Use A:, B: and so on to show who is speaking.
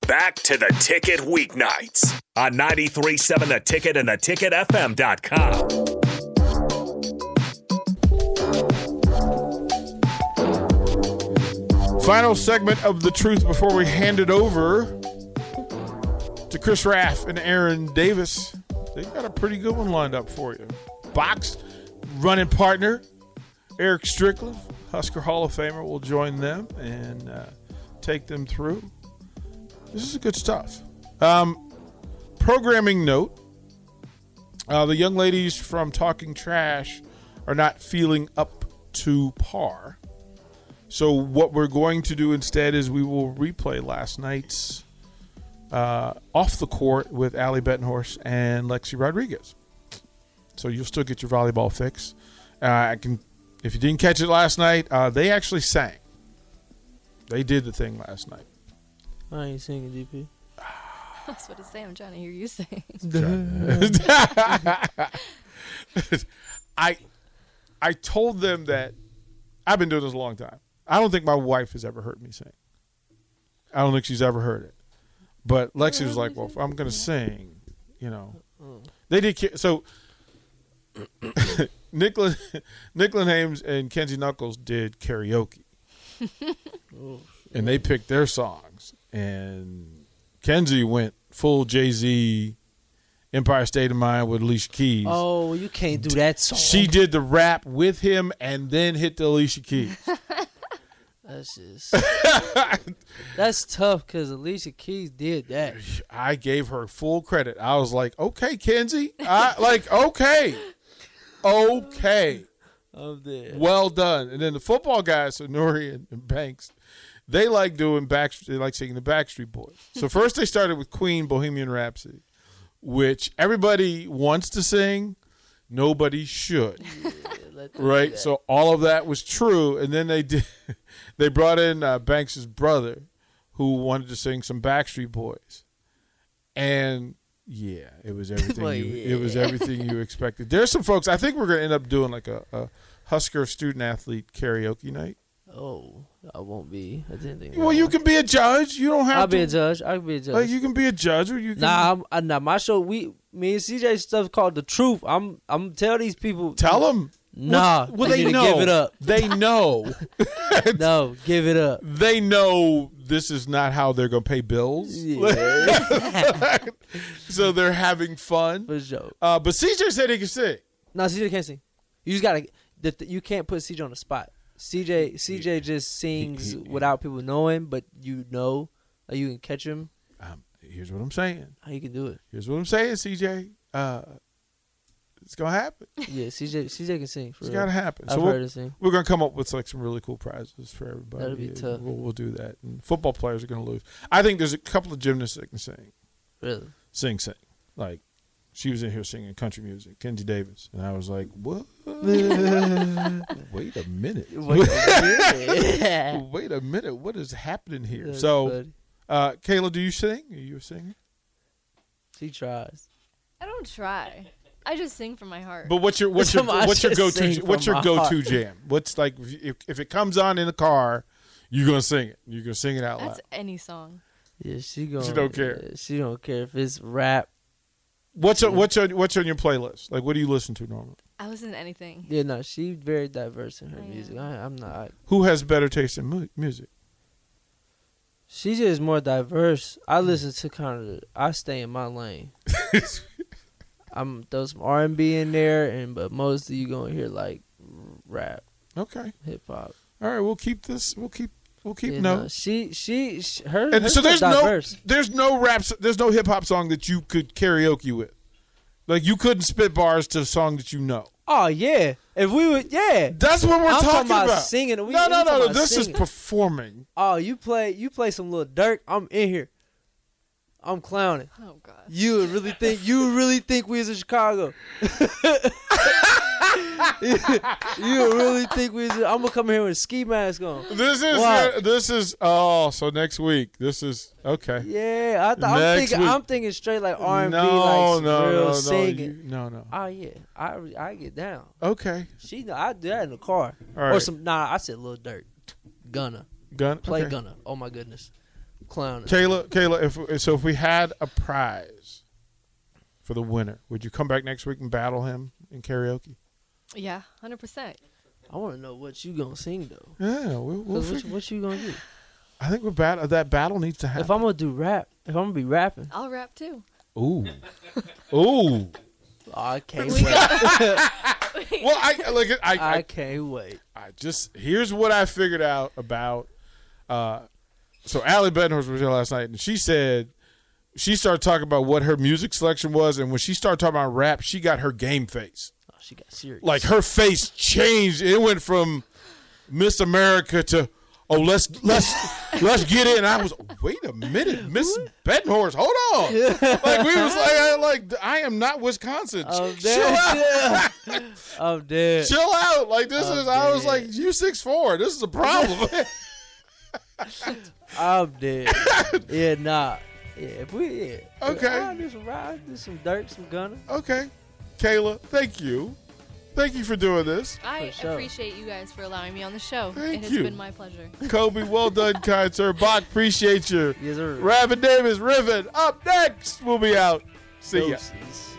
A: back to the ticket weeknights on 937 the ticket and the ticketfm.com.
B: Final segment of the truth before we hand it over to Chris Raff and Aaron Davis. They've got a pretty good one lined up for you. Box running partner Eric Strickland, Husker Hall of Famer, will join them and uh, take them through. This is good stuff. Um, programming note uh, the young ladies from Talking Trash are not feeling up to par. So what we're going to do instead is we will replay last night's uh, off the court with Ali Bettenhorst and Lexi Rodriguez. So you'll still get your volleyball fix. Uh, I can, if you didn't catch it last night, uh, they actually sang. They did the thing last night.
C: I ain't singing, DP.
D: That's what I say. I'm trying to hear you sing.
B: I, I told them that I've been doing this a long time. I don't think my wife has ever heard me sing. I don't think she's ever heard it. But Lexi was like, "Well, if I'm gonna sing, you know." They did ki- so. Nicklin, Nicklin Hames and Kenzie Knuckles did karaoke, and they picked their songs. And Kenzie went full Jay Z, Empire State of Mind with Alicia Keys.
C: Oh, you can't do that song.
B: She did the rap with him and then hit the Alicia Keys.
C: That's just. that's tough because Alicia Keys did that.
B: I gave her full credit. I was like, okay, Kenzie. I like, okay. Okay.
C: I'm dead.
B: Well done. And then the football guys, so Nori and, and Banks, they like doing back they like singing the Backstreet Boys. So first they started with Queen Bohemian Rhapsody, which everybody wants to sing, nobody should.
C: Let them
B: Right. So all of that was true, and then they did. They brought in uh, Banks's brother, who wanted to sing some Backstreet Boys, and yeah, it was everything.
C: Well,
B: you, It was everything you expected. There's some folks. I think we're gonna end up doing like a, a Husker student athlete karaoke night.
C: Oh, I won't be attending.
B: Well,
C: that
B: you
C: one.
B: can be a judge. You don't have
C: I'll
B: to.
C: be a judge. I'll be a judge.
B: Like you can be a judge, or you can
C: Nah, I'm, I, nah, my show. We, me and CJ stuff called the truth. I'm, I'm tell these people.
B: tell them.
C: Nah,
B: well,
C: you
B: they
C: need to
B: know.
C: give it up.
B: They know.
C: No, give it up.
B: they know this is not how they're gonna pay bills.
C: Yeah,
B: so they're having fun.
C: for sure.
B: Uh, but CJ said he could sing.
C: No, CJ can't sing. You just gotta. The, the, you can't put CJ on the spot. CJ, CJ just sings
B: he- he-
C: without people knowing, but you know, like you can catch him.
B: Um, here's what I'm saying.
C: How you can do it?
B: Here's what I'm saying, CJ. Uh, it's gonna happen.
C: Yeah, CJ, CJ can sing. For
B: It's
C: real.
B: gotta happen.
C: I've
B: So
C: heard
B: we're,
C: her sing.
B: we're gonna come up with like some really cool prizes for everybody.
C: That'd be
B: Yeah,
C: tough.
B: We'll, we'll do that. And football players are gonna lose. I think there's a couple of gymnasts that can sing,
C: Really?
B: sing, sing. Like she was in here singing country music, Kenzie Davis, and I was like, what? Wait a minute.
C: Yeah.
B: Wait a minute. What is happening here? So, uh, Kayla, do you sing? Are you a singer?
C: she tries.
D: I don't try. I just sing from my heart.
B: But what's your what's your
C: Come on,
B: what's your
C: just
B: go
C: sing
B: to
C: from
B: what's your
C: my
B: go to
C: heart.
B: jam? What's like if, if it comes on in the car, you're gonna sing it. You're gonna sing it out
D: That's
B: loud.
D: any song.
C: Yeah, she going
B: don't care.
C: She don't care if it's rap.
B: What's on, what's on, what's on your playlist? Like, what do you listen to normally?
D: I listen to anything.
C: Yeah, no, she very diverse in her
D: I am.
C: music. I, I'm not.
B: Who has better taste in mu- music?
C: She's just more diverse. I
B: Hmm.
C: listen to kind of. I stay in my lane. I'm throw some R and B in there, and but mostly you gonna hear like rap,
B: Okay,
C: hip hop.
B: all right. We'll keep this. We'll keep we'll keep
C: You know,
B: notes.
C: she she sh her.
B: And
C: her
B: so there's
C: stuff
B: no
C: diverse.
B: there's no rap there's no hip hop song that you could karaoke with. Like you couldn't spit bars to a song that you know.
C: Oh yeah, if we would yeah.
B: That's what we're
C: I'm
B: talking
C: talking about
B: about.
C: singing. We-
B: no, no,
C: we
B: no,
C: talking
B: no.
C: about
B: This
C: singing.
B: is performing.
C: Oh, you play you play some little Dirk. I'm in here. I'm clowning.
D: Oh god.
C: You would really think you would really think we was in Chicago. you would really think we was in, I'm gonna come here with a ski mask on.
B: This is
C: Why?
B: this is oh so next week this is okay.
C: Yeah, I th- I'm
B: Next
C: thinking
B: week.
C: I'm thinking straight like R and B,
B: no,
C: like
B: no,
C: real
B: no,
C: singing.
B: No, you, no, no.
C: Oh yeah, I re- I get down.
B: Okay,
C: She know I do that in the car
B: All right.
C: or some. Nah, I said little dirt. Gunna
B: gun.
C: play
B: okay.
C: Gunna. Oh my goodness, clowning.
B: Kayla, Kayla, if if- so, if we had a prize for the winner, would you come back next week and battle him in karaoke?
D: Yeah, hundred percent.
C: I want to know what you gonna sing though.
B: Yeah, we'll, we'll
C: 'Cause what,
B: figure-
C: what you gonna do?
B: I think we're bat- that battle needs to happen.
C: If I'm gonna do rap, if I'm gonna be rapping,
D: I'll rap too.
B: Ooh. Ooh.
C: oh, I can't
D: We
C: wait.
B: Well, I like I, I,
C: I can't wait.
B: I just here's what I figured out about. Uh, so Allie Bednarz was here last night, and she said she started talking about what her music selection was, and when she started talking about rap, she got her game face.
C: Oh, she got serious.
B: Like her face changed. It went from Miss America to oh let's let's let's get in. I was wait a minute, Miss Bednarz, hold on. Like we was like I, like I am not Wisconsin.
C: I'm
B: Chill out.
C: dead. I'm dead.
B: chill out. Like this
C: Oh,
B: is. I was
C: dude.
B: like, you six four. This is a problem.
C: I'm dead. yeah, nah. Yeah, if we yeah.
B: Okay.
C: I'll do some rap, I'll do some dirt, some gunner.
B: okay, Kayla, thank you, thank you for doing this.
D: I
C: For sure.
D: appreciate you guys for allowing me on the show.
B: Thank
D: it has
B: you.
D: been my pleasure.
B: Kobe, well done, kind sir. Bach, appreciate you.
C: Yes, sir.
B: Rabbit Davis, Riven. Up next, we'll be out. See ya.
C: Doses.